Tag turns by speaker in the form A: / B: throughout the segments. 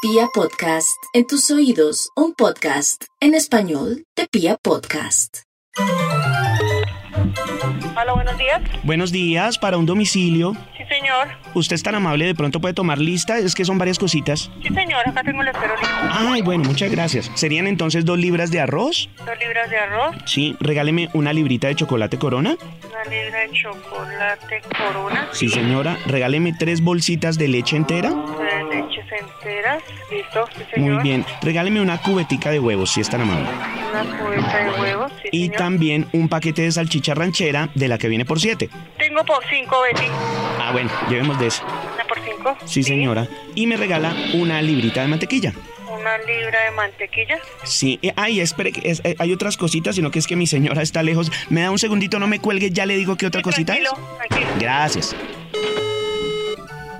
A: Pia Podcast, en tus oídos, un podcast en español de Pia Podcast.
B: Hola, buenos días.
C: Buenos días, para un domicilio.
B: Sí, señor.
C: Usted es tan amable, de pronto puede tomar lista, es que son varias cositas.
B: Sí, señor, acá tengo el esperolito.
C: Ay, bueno, muchas gracias. ¿Serían entonces dos libras de arroz?
B: Dos libras de arroz,
C: Sí, regáleme una librita de chocolate corona.
B: una libra de chocolate corona,
C: Sí, señora, regáleme tres bolsitas de leche entera.
B: tres leches enteras. Listo, sí, señor.
C: Muy bien, regáleme una cubetica de huevos, si es tan amable.
B: Una cubeta de huevos, sí,
C: Y
B: señor.
C: también un paquete de salchicha ranchera de la que viene por siete.
B: Tengo por cinco, Betty.
C: Ah, bueno, llevemos de eso.
B: Una por cinco.
C: Sí, señora. Y me regala una librita de mantequilla.
B: Una libra de mantequilla.
C: Sí, eh, ay, espere, que es- eh, hay otras cositas, sino que es que mi señora está lejos. Me da un segundito, no me cuelgue, ya le digo qué otra
B: Sí,
C: cosita
B: tranquilo, tranquilo.
C: es. Gracias.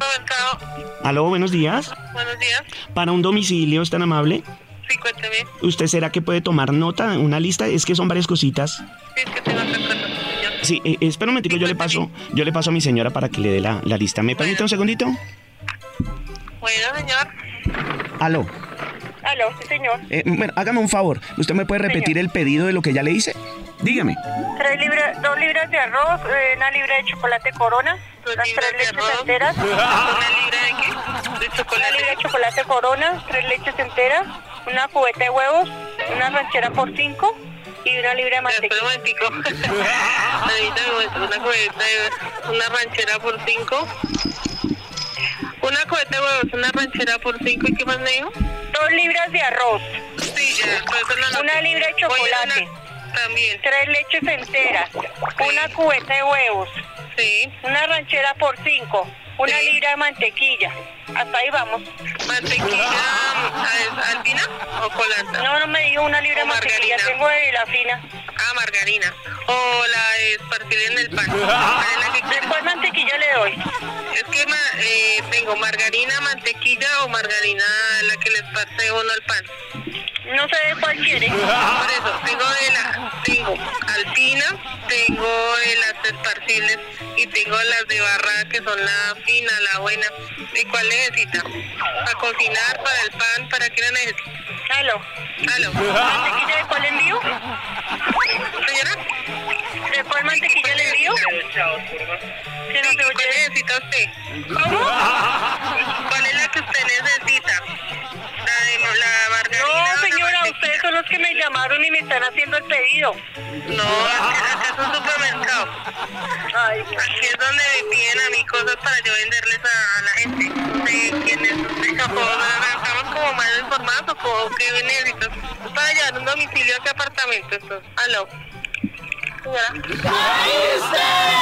B: Mercado,
C: Aló, buenos días.
B: Buenos días.
C: Para un domicilio, es tan amable.
B: Sí, cuénteme.
C: ¿Usted será que puede tomar nota, una lista? Es que son varias cositas.
B: Sí, es que tengo otra cosa, sí, señor.
C: Sí, eh, espera un momentico, yo le paso, yo le paso a mi señora para que le dé la, la lista. ¿Me permite un segundito?
B: Bueno, señor.
C: Aló.
B: Aló, sí, señor.
C: Eh, bueno, hágame un favor. ¿Usted me puede repetir el pedido de lo que ya le hice? Dígame.
B: Tres libras, dos libras de arroz, eh, una libra de chocolate corona, las tres leches enteras. ¿Una libra de qué? De chocolate. Una libra de chocolate corona, tres leches enteras, una cubeta de huevos, una ranchera por cinco y una libra de mantequilla.
D: Espera un momentico. Ahorita me muestro una cubeta de una ranchera por cinco. Una cubeta de huevos, una ranchera por cinco. ¿Y qué más me dijo?
B: Dos libras de arroz,
D: Sí, ya. pues eso lo
B: Una
D: anoté.
B: libra de
D: Voy a una-
B: chocolate.
D: También.
B: tres leches enteras, una cubeta de huevos,
D: Sí.
B: una ranchera por cinco, una
D: Sí.
B: libra de mantequilla. Hasta ahí vamos.
D: Mantequilla ¿al- albina o colanta.
B: No, no me dijo una libra de
D: O
B: mantequilla,
D: Oh, margarina.
B: tengo de la fina.
D: Ah, margarina. O la de esparcir en el pan. ¿Cuál es la que
B: ¿De
D: quieres?
B: cuál mantequilla le doy?
D: Es que ma- eh, tengo margarina, mantequilla o margarina la que le esparce uno al pan.
B: No sé de cuál quiere.
D: Por eso, tengo de la, tengo alpina, tengo de las esparcibles y tengo las de barra que son la fina, la buena. ¿Y cuál necesita? Para cocinar, para el pan, para qué la necesita.
B: Aló.
D: Aló,
B: ¿Mantequilla de cuál envío?
D: señora.
B: ¿De cuál mantequilla le envío? Que no se
D: Sí, ¿Cuál
B: oye.
D: necesita usted?
B: ¿Cómo?
D: ¿Cuál es la que usted necesita? La de la margarina. o
B: No,
D: la
B: señora,
D: mantequilla?
B: ustedes son los que me llamaron y me están haciendo el pedido.
D: No, acá es un supermercado.
B: Ay, Dios.
D: Aquí es donde me piden a mí cosas para yo venderles a la gente. ¿De quién es usted? ¿O estamos como mal informados o como qué necesito? Para llevar un domicilio a qué apartamento, entonces. Aló. Señora.